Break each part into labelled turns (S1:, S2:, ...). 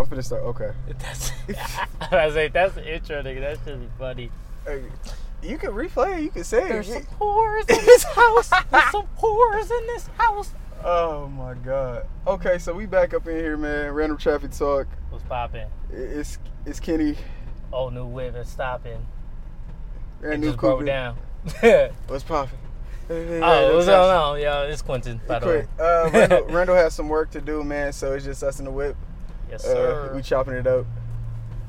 S1: finna start. Okay.
S2: That's, I was like, that's the intro, nigga. That should be funny.
S1: Hey, you can replay. it, You can say.
S2: There's some
S1: it.
S2: pores in this house. There's some pores in this house.
S1: Oh my god. Okay, so we back up in here, man. Random traffic talk.
S2: What's popping?
S1: I- It's it's Kenny.
S2: Old new whip is stopping. It
S1: Brand new
S2: just broke
S1: Cooper.
S2: down. oh,
S1: What's poppin'?
S2: what's going on, y'all? It's Quentin, by the way.
S1: Quick, uh, Randall, Randall has some work to do, man. So it's just us in the whip.
S2: Yes,
S1: Uh,
S2: sir.
S1: we chopping it up,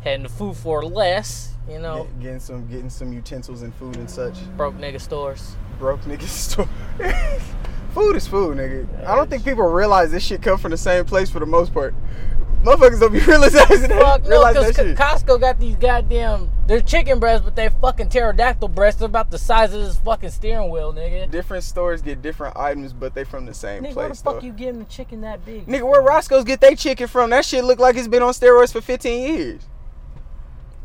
S2: Heading to food for less, you know.
S1: get- getting some getting some utensils and food and such.
S2: Broke nigga stores.
S1: Broke niggas store. food is food, nigga. I don't
S2: it's-
S1: think people realize this shit come from the same place for the most part. Motherfuckers don't be realizing that.
S2: Fuck no,
S1: realize
S2: because
S1: that shit.
S2: Costco got these goddamn. They're chicken breasts, but they fucking pterodactyl breasts. They're about the size of this fucking steering wheel, nigga.
S1: different stores get different items, but they from the same
S2: Nigga, where the
S1: place.
S2: fuck
S1: though.
S2: you getting the chicken that big?
S1: Nigga, where Roscoe's get they chicken from? That shit look like it's been on steroids for 15 years.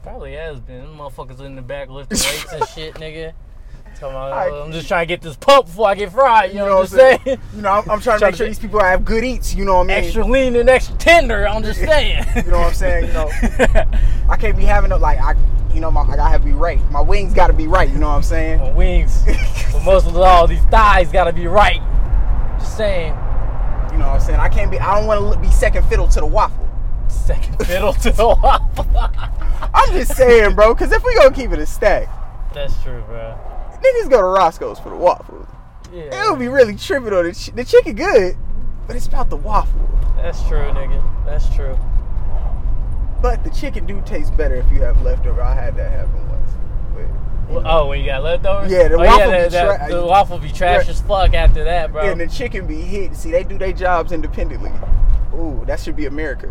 S2: Probably has been. Them motherfuckers in the back lifting weights and shit, nigga. Tell my,
S1: I-
S2: I'm just trying to get this pump before I get fried. You, know, what I'm
S1: saying?
S2: saying?
S1: You know, I'm, I'm trying to
S2: Tryna
S1: make sure
S2: be-
S1: these people have good eats. You know what I mean?
S2: extra lean and extra tender. I'm just saying.
S1: You know what I'm saying? You know, I can't be having no like I, you know, my I gotta be right. My wings gotta be right. You know what I'm saying?
S2: My wings, but most of all, these thighs gotta be right. Just saying.
S1: You know what I'm saying? I can't be. I don't want to be second fiddle to the waffle.
S2: Second fiddle to the waffle.
S1: I'm just saying, bro. Cause if we gonna keep it a stack,
S2: That's true, bro.
S1: niggas go to Roscoe's for the waffle.
S2: Yeah,
S1: It'll be really tripping on the ch- the chicken good, but it's about the waffle.
S2: that's true, nigga. That's true.
S1: But the chicken do taste better if you have leftover. I had that happen once. But, you
S2: Well,
S1: know.
S2: oh, when you got leftovers?
S1: Yeah, the
S2: oh,
S1: waffle
S2: yeah,
S1: be tra-
S2: that- the waffle be trash
S1: Yeah.
S2: as fuck after that, bro.
S1: And the chicken be hit. See, they do their jobs independently. Ooh, that should be America.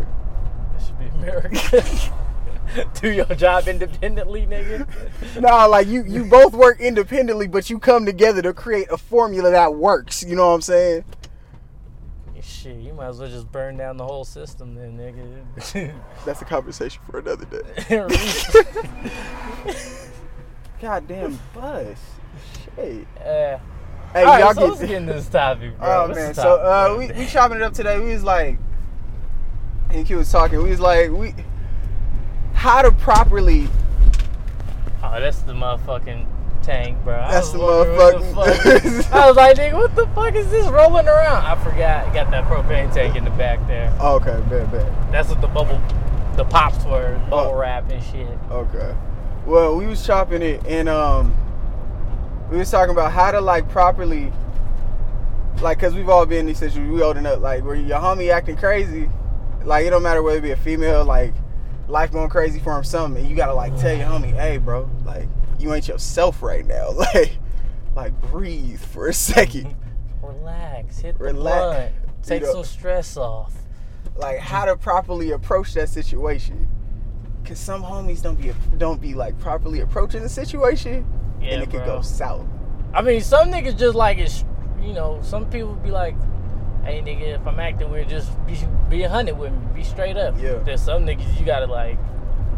S2: That should be America. Do your job independently, nigga.
S1: nah, like you, you both work independently, but you come together to create a formula that works. You know what I'm saying?
S2: Shit, you might as well just burn down the whole system then, nigga.
S1: That's a conversation for another day. Goddamn bus. Shit.
S2: Uh,
S1: Hey,
S2: All right,
S1: y'all
S2: so
S1: get
S2: let's get into this topic, bro.
S1: Oh
S2: What's
S1: man,
S2: the
S1: so
S2: topic,
S1: uh, we
S2: man?
S1: we chopping it up today. We was like, and Q was talking. We was like, we how to properly
S2: oh, that's the motherfucking tank, bro. I
S1: That's
S2: was
S1: the
S2: wondering what
S1: motherfucking-
S2: fuck- I was like, nigga, what the fuck is this rolling around? I forgot. Got that propane tank in the back there.
S1: Okay, bad, bad.
S2: That's what the bubble, the pops were, bubble
S1: Oh.
S2: wrap and shit.
S1: Okay. Well, we was chopping it, and um, we was talking about how to like properly, like, cause we've all been in these situations. We holding up, like, where your homie acting crazy, like it don't matter whether it be a female, like, life going crazy for him, something, and you gotta like tell your homie, hey, bro, like, you ain't yourself right now, like, like breathe for a second,
S2: Relax, hit
S1: Relax.
S2: the blunt, take
S1: know-
S2: some stress off.
S1: like how to properly approach that situation. Cause some homies don't be don't be like properly approaching the situation,
S2: Yeah,
S1: and it
S2: bro.
S1: could go south.
S2: I mean, some niggas just like it's, you know, some people be like, hey, nigga, if I'm acting weird, just be, be a hundred with me, be straight up.
S1: Yeah.
S2: There's some niggas you gotta like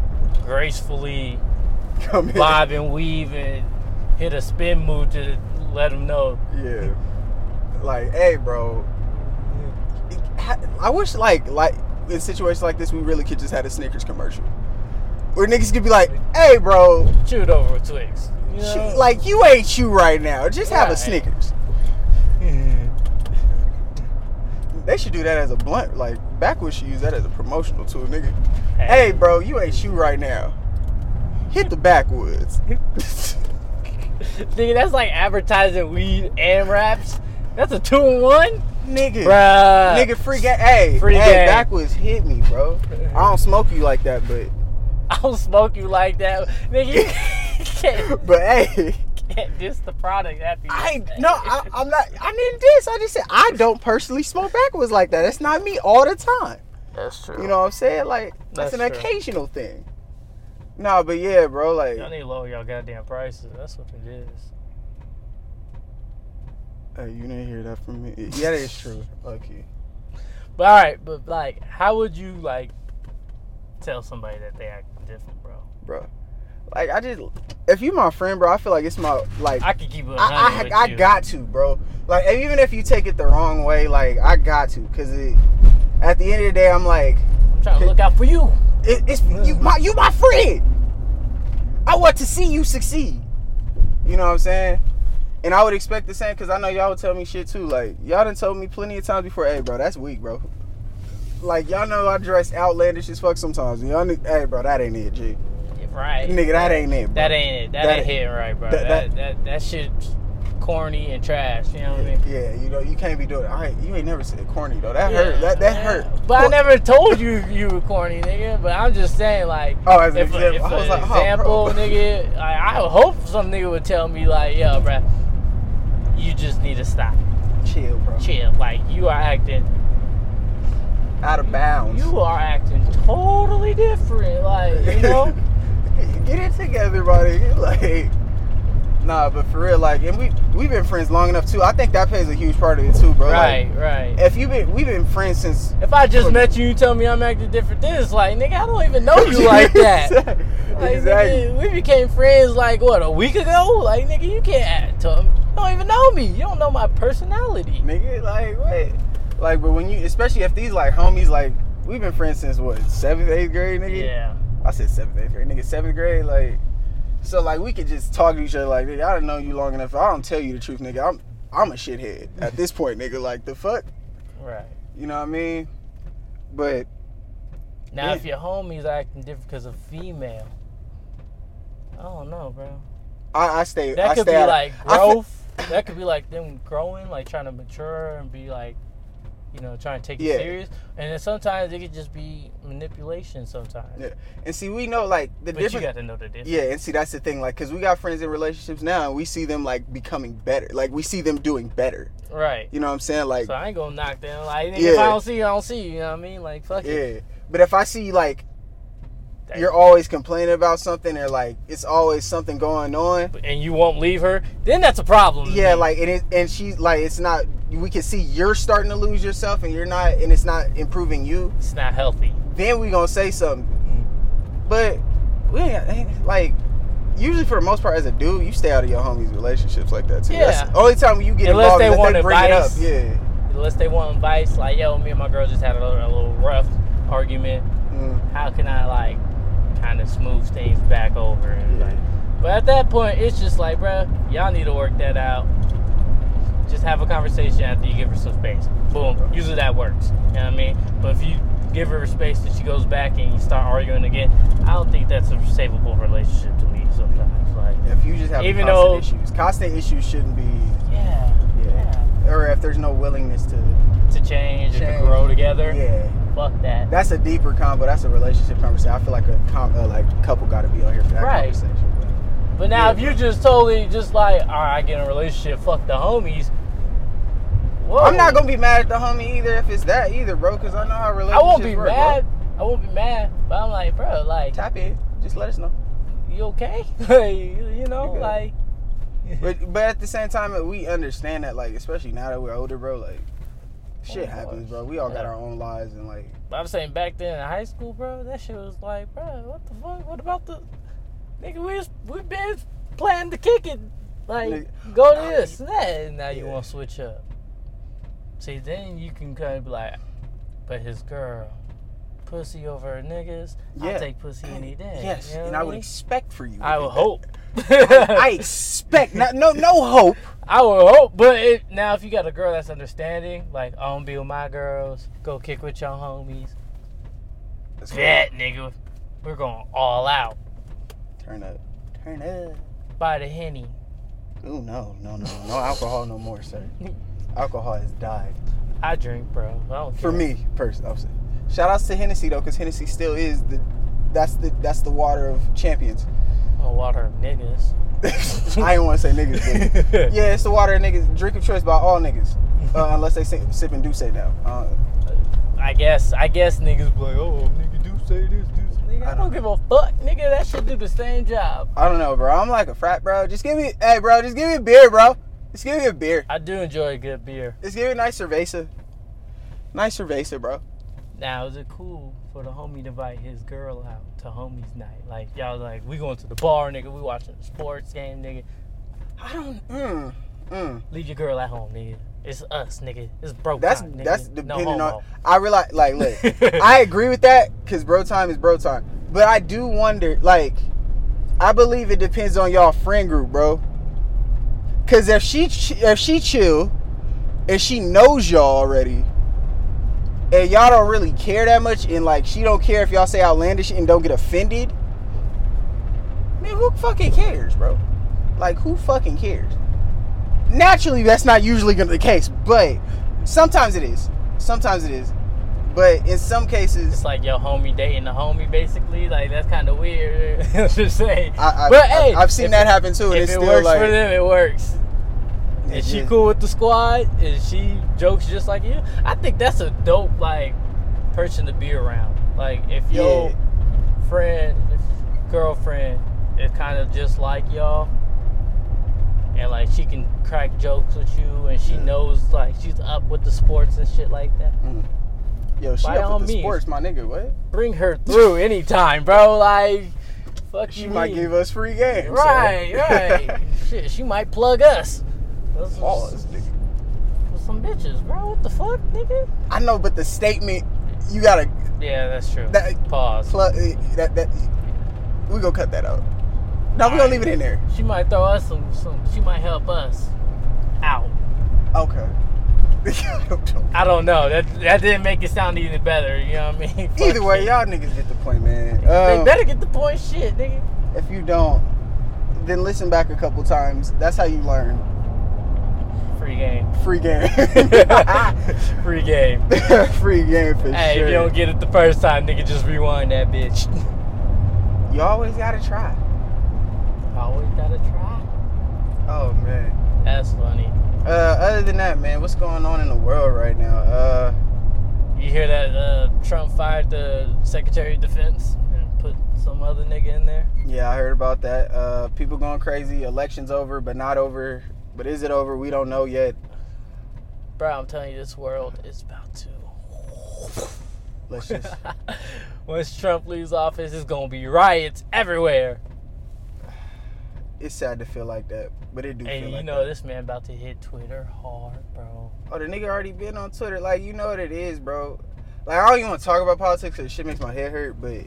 S2: gracefully
S1: Come in.
S2: bob and weave and hit a spin move to let them know.
S1: Yeah. Like, hey, bro. it- ha- I wish, like, like in situations like this, we really could just had a Snickers commercial where niggas could be like, hey, bro,
S2: Chewed over a Twix. You
S1: she-
S2: know?
S1: like you ain't you right now. Just have a
S2: Right.
S1: Snickers. They should do that as a blunt. Like backwards, should use that as a promotional tool, nigga. Hey, bro, you ain't you right now. Hit the backwoods.
S2: nigga, that's like advertising weed and wraps. That's a two in one,
S1: nigga.
S2: bruh.
S1: Nigga, free game. Hey,
S2: Free
S1: hey,
S2: game.
S1: backwards hit me, bro. I don't smoke you like that, but
S2: I don't smoke you like that, nigga. You can't,
S1: but hey,
S2: can't diss the product after you.
S1: I no, I, I'm not. I didn't diss. I just said I don't personally smoke backwards like that. That's not me all the time.
S2: That's true.
S1: You know what I'm saying? Like that's,
S2: That's
S1: an
S2: true.
S1: occasional thing. Nah, but yeah, bro. Like,
S2: Y'all need to lower y'all goddamn prices. That's what it is.
S1: hey, you didn't hear that from me. Yeah, that is true. Okay.
S2: But all right, but like, how would you like tell somebody that they act different, bro?
S1: bro. Like I just, if you my friend, bro, I feel like it's my like
S2: I could keep it.
S1: I,
S2: 100 with
S1: I, I
S2: you.
S1: got to, bro. Like and even if you take it the wrong way, like I got to, cause it. At the end of the day, I'm like,
S2: I'm trying to look out for you.
S3: It, it's you, my you my friend. I want to see you succeed.
S1: You know what I'm saying? And I would expect the same because I know y'all would tell me shit too. Like y'all done told me plenty of times before, hey bro, that's weak, bro. Like y'all know I dress outlandish as fuck sometimes. And y'all, kn- hey bro, that ain't it, G.
S2: Yeah, Right.
S1: Nigga, that ain't it. Bro.
S2: That ain't it. That,
S1: That-
S2: ain't hitting right, bro.
S1: that-
S2: That
S1: that-
S2: that, that, shit's corny and trash. You know what I mean?
S1: Yeah, you know you can't be doing. it. I ain't, you ain't never said corny though. That hurt. That that
S2: Yeah.
S1: hurt.
S2: But I never told you you were corny, nigga. But I'm just saying, like,
S1: Oh, as an
S2: if,
S1: example.
S2: if
S1: I was
S2: an
S1: like, oh, bro.
S2: example, nigga, like, I would hope some nigga would tell me, like, yo, bro, you just need to stop,
S1: Chill, bro.
S2: chill. Like, you are acting,
S1: Out of bounds.
S2: you are acting totally different. Like, you know,
S1: Get it together, buddy. Like, nah, but for real, like, and we we've been friends long enough too. I think that plays a huge part of it too, bro. Like, eh,
S2: right, right.
S1: if you've been, we've been friends since.
S2: If I just met you, you tell me I'm acting different. This is like, nigga, I don't even know you like that. Like,
S1: exactly.
S2: nigga, we became friends like what a week ago. Like nigga, you can't act to him. You don't even know me. You don't know my personality.
S1: Nigga, like, what? Like, but when you, especially if these like homies, like, we've been friends since what seventh, eighth grade, nigga.
S2: Yeah.
S1: I said seventh, eighth grade, nigga. Seventh grade, like, so like we could just talk to each other, like, nigga, I don't know you long enough. I don't tell you the truth, nigga. I'm, I'm a shithead at this point, nigga. Like, the fuck,
S2: Right.
S1: you know what I mean? But
S2: Now
S1: Yeah.
S2: if your homies acting different because of female, I don't know, bro.
S1: I, I stay.
S2: That
S1: I
S2: could
S1: stay
S2: be
S1: out of-
S2: like
S1: I fi-
S2: growth. that could be like them growing, like trying to mature and be like, you know, trying to take
S1: Yeah.
S2: it serious. And then sometimes it could just be manipulation. Sometimes.
S1: Yeah. and see, we know like the
S2: But you
S1: difference.
S2: got to know the difference.
S1: yeah, and see that's the thing, like, cause we got friends in relationships now, and we see them like becoming better, like we see them doing better.
S2: Right.
S1: You know what I'm saying? Like,
S2: So I ain't gonna knock them. Like nigga, if
S1: Yeah.
S2: I don't see you, I don't see you. You know what I mean? Like fuck it.
S1: yeah. But if I see like
S2: That-
S1: you're always complaining about something, or like it's always something going on,
S2: and you won't leave her, then that's a problem. to
S1: yeah,
S2: me.
S1: like and it, and she's like it's not. We can see you're starting to lose yourself, and you're not, and it's not improving you.
S2: it's not healthy.
S1: then we gonna say something. But we ain't, ain't- like usually for the most part as a dude, you stay out of your homies' relationships like that too. That's
S2: Yeah.
S1: the only time you get
S2: Unless
S1: involved
S2: they
S1: is if
S2: want
S1: bring it up.
S2: advice.
S1: Yeah.
S2: Unless they want advice, like yo, me and my girl just had a little, a little rough argument.
S1: Mm.
S2: How can I like kind of smooth things back over? And, like, but at that point, it's just like, bruh, y'all need to work that out. Just have a conversation after you give her some space. Boom. Usually that works. You know what I mean? But if you give her space that she goes back and you start arguing again, I don't think that's a savable relationship to me sometimes. Like,
S1: If you just have
S2: Even
S1: constant
S2: though-
S1: issues, constant issues shouldn't be.
S2: yeah.
S1: Yeah. Or if there's no willingness to.
S2: to change, and
S1: Change.
S2: to grow together.
S1: Yeah.
S2: Fuck that.
S1: That's a deeper combo. That's a relationship conversation. I feel like a com- uh, like couple got to be on here for that
S2: Right.
S1: conversation. but-
S2: But now
S1: yeah.
S2: if you just totally just like, all right, I get in a relationship, fuck the homies. Whoa.
S1: I'm not gonna be mad at the homie either if it's that either, bro. Cause I know how
S2: I
S1: relationships
S2: won't be
S1: work, bro.
S2: mad. I won't be mad. But I'm like, bro, like,
S1: Tap in. Just let us know.
S2: you okay? Like, you know,
S1: You good.
S2: like,
S1: But but at the same time, we understand that, like, especially now that we're older, bro, like, shit
S2: Of course.
S1: happens, bro. We all got
S2: Oh, Yeah.
S1: our own lives and like,
S2: but I'm saying back then in high school, bro, that shit was like, bro, what the fuck? What about the nigga? We was, we been planning to kick it, like,
S1: Nigga.
S2: go to this and that, and now you
S1: Yeah.
S2: want to switch up. See, then you can kind of be like, but his girl, pussy over her niggas.
S1: Yeah.
S2: I'll take pussy any day.
S1: yes,
S2: you know
S1: and
S2: what
S1: I would
S2: mean?
S1: expect for you. to
S2: I
S1: do
S2: would
S1: that.
S2: hope.
S1: I expect not, no no hope.
S2: I would hope, but it, now if you got a girl that's understanding, like I don't be with my girls, go kick with your homies. Bet, nigga, we're going all out.
S1: Turn up, turn up.
S2: Buy the henny.
S1: Ooh no no no no alcohol no more, sir. Alcohol has died
S2: I drink, bro. I don't
S1: for
S2: care.
S1: me personally. I'm saying. Shout outs to Hennessy though, cause Hennessy still is the that's the that's the water of champions.
S2: Oh, water of niggas.
S1: I didn't want to say niggas, but Yeah, it's the water of niggas. Drink of choice by all niggas, uh, unless they si- sipping Douce now. Uh,
S2: I guess. I guess niggas be like, oh, nigga, do say this, do say nigga. I don't give a fuck, nigga. That shit do the same job.
S1: I don't know, bro. I'm like a frat, bro. Just give me, hey, bro. Just give me a beer, bro. Just give me a beer.
S2: I do enjoy a good beer.
S1: Just give me a nice cerveza. Nice cerveza, bro.
S2: Now, is it cool for the homie to invite his girl out to homies night? Like y'all, like we going to the bar, nigga. We watching the sports game, nigga.
S1: I don't. Mm, mm.
S2: Leave your girl at home, nigga. It's us, nigga. It's broke.
S1: That's
S2: time, nigga.
S1: that's
S2: No
S1: depending
S2: homo.
S1: on. I realize, like, look, I agree with that because bro time is bro time. But I do wonder, like, I believe it depends on y'all friend group, bro. Cause if she ch- if she chill, and she knows y'all already, and y'all don't really care that much, and like she don't care if y'all say outlandish and don't get offended, man, who fucking cares, bro? Like, who fucking cares? naturally that's not usually gonna be the case but sometimes it is sometimes it is but in some
S2: It's
S1: cases
S2: like your homie dating the homie, basically. Like that's kind of weird. to say.
S1: I, I,
S2: but
S1: I,
S2: hey,
S1: i've seen
S2: if
S1: that
S2: it-
S1: happen too and
S2: If
S1: it's
S2: it
S1: still
S2: works
S1: like
S2: for them, it works. Is she
S1: Yeah.
S2: cool with the squad? And she jokes just like you? I think that's a dope like person to be around. Like if your friend, if girlfriend is kind of just like y'all, and like she can crack jokes with you, and she
S1: Yeah.
S2: knows like she's up with the sports and shit like that.
S1: Mm. yo she
S2: By
S1: up
S2: all
S1: with the
S2: means.
S1: sports my nigga what
S2: Bring her through anytime, bro. Like fuck
S1: she
S2: you.
S1: might
S2: mean.
S1: give us free games
S2: Right,
S1: so.
S2: right. Shit, she might plug us. That's just-
S1: Pause, nigga.
S2: with some bitches, bro. What the fuck, nigga?
S1: i know but the statement you gotta
S2: Yeah, that's true.
S1: That-
S2: Pause.
S1: plug that that we gonna cut that out no we gonna
S2: Alright.
S1: leave it in there
S2: she might throw us some, some. She might help us out.
S1: okay
S2: I don't know. That that didn't make it sound any better. You know what I mean?
S1: either way
S2: Fuck
S1: y'all niggas get the point man
S2: shit. They
S1: Um,
S2: better get the point. Shit, nigga.
S1: If you don't, then listen back a couple times. That's how you learn.
S2: Free game.
S1: Free game.
S2: Free game.
S1: Free game for
S2: Hey,
S1: sure.
S2: if you don't get it the first time, nigga, just rewind that bitch.
S1: You always gotta try.
S2: Always gotta try.
S1: Oh man.
S2: That's funny.
S1: Uh, other than that, man, what's going on in the world right now? Uh,
S2: You hear that uh, Trump fired the Secretary of Defense and put some other nigga in there?
S1: yeah, I heard about that. Uh, people going crazy. Elections over, but not over. But is it over? We don't know yet.
S2: Bro, I'm telling you, this world is about to.
S1: Let's just.
S2: Once Trump leaves office, it's gonna be riots everywhere.
S1: it's sad to feel like that, but it do.
S2: and
S1: feel
S2: you
S1: like
S2: know
S1: that.
S2: this man about to hit Twitter hard, bro.
S1: Oh, the nigga already been on Twitter. Like, you know what it is, bro. Like, I don't even want to talk about politics because shit makes my head hurt. But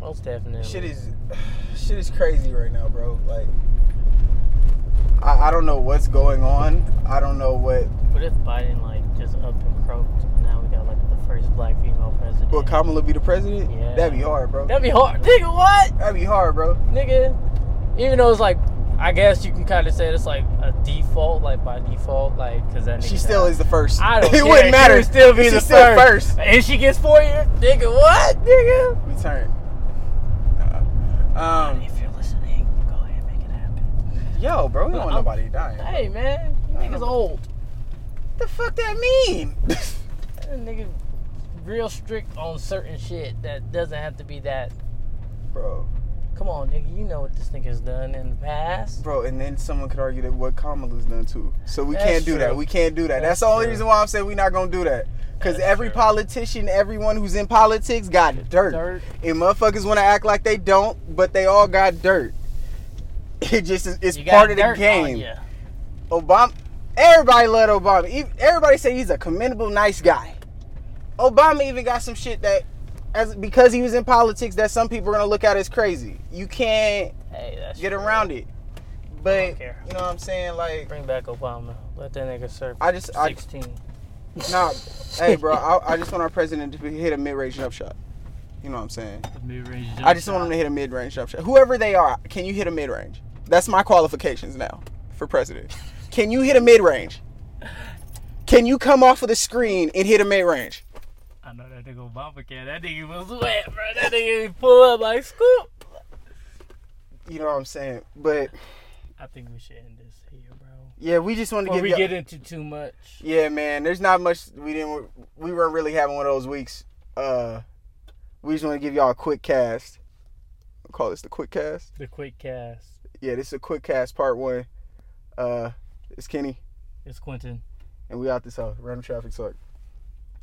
S2: Most definitely.
S1: shit is shit is crazy right now, bro. Like I, I don't know what's going on. I don't know what
S2: What if Biden like just up and croaked? And now we got like the first black female president.
S1: will Kamala be the president?
S2: Yeah.
S1: That'd be hard, bro.
S2: That'd be hard, nigga. What?
S1: That'd be hard, bro.
S2: nigga. Even though it's like, I guess you can kind of say it's like a default, like by default, like because that.
S1: She
S2: nigga-
S1: still is the first.
S2: I don't
S1: it
S2: care.
S1: wouldn't matter.
S2: She would still be
S1: She's
S2: the
S1: still
S2: first. and she gets four years, nigga. What, nigga?
S1: We turn. Uh, um,
S2: If you're listening, go ahead and make it happen.
S1: yo, bro, we don't want
S2: I'm-
S1: nobody dying. What
S2: Hey, man, you
S1: I
S2: niggas
S1: know.
S2: old.
S1: the fuck that mean?
S2: That nigga, real strict on certain shit that doesn't have to be that.
S1: bro,
S2: Come on, nigga. You know what this nigga's done in the past.
S1: bro, and then someone could argue that what Kamala's done too. So we
S2: That's
S1: can't do that.
S2: true.
S1: We can't do that. That's,
S2: That's
S1: the only
S2: true.
S1: reason why I'm saying we're not gonna do that. Cause
S2: That's
S1: every
S2: true.
S1: politician, everyone who's in politics got dirt.
S2: Dirt.
S1: And motherfuckers want to act like they don't, but they all got dirt. It just is it's
S2: You got
S1: part of the
S2: dirt on
S1: game.
S2: ya.
S1: Obama, everybody let Obama. ev- Everybody say he's a commendable, nice guy. Obama even got some shit that, as because he was in politics, that some people are gonna look at as crazy. You can't
S2: Hey, that's
S1: get
S2: true.
S1: around it. But
S2: don't
S1: you know
S2: care.
S1: what I'm saying? Like,
S2: Bring back Obama. Let that nigga serve.
S1: I just, I,
S2: sixteen.
S1: nah. hey, bro, I, I just want our president to hit a mid-range jump shot. You know what I'm saying? I just want them to hit a mid range jump shot. Whoever they are, can you hit a mid range? That's my qualifications now for president. Can you hit a mid range? Can you come off of the screen and hit a mid range?
S2: I know that nigga Obama can. That nigga was wet, bro. That nigga pull up like scoop.
S1: You know what I'm saying? But
S2: I think we should end this here, bro.
S1: yeah, we just want to
S2: Before
S1: give
S2: we
S1: y'all-
S2: get into too much.
S1: Yeah, man. There's not much we didn't we weren't really having one of those weeks. Uh we just want to give y'all a quick cast. Call this the quick cast.
S2: The quick cast.
S1: Yeah, this is a quick cast part 1. Uh it's Kenny
S2: It's Quentin.
S1: and we out this house. uh, Random traffic suck.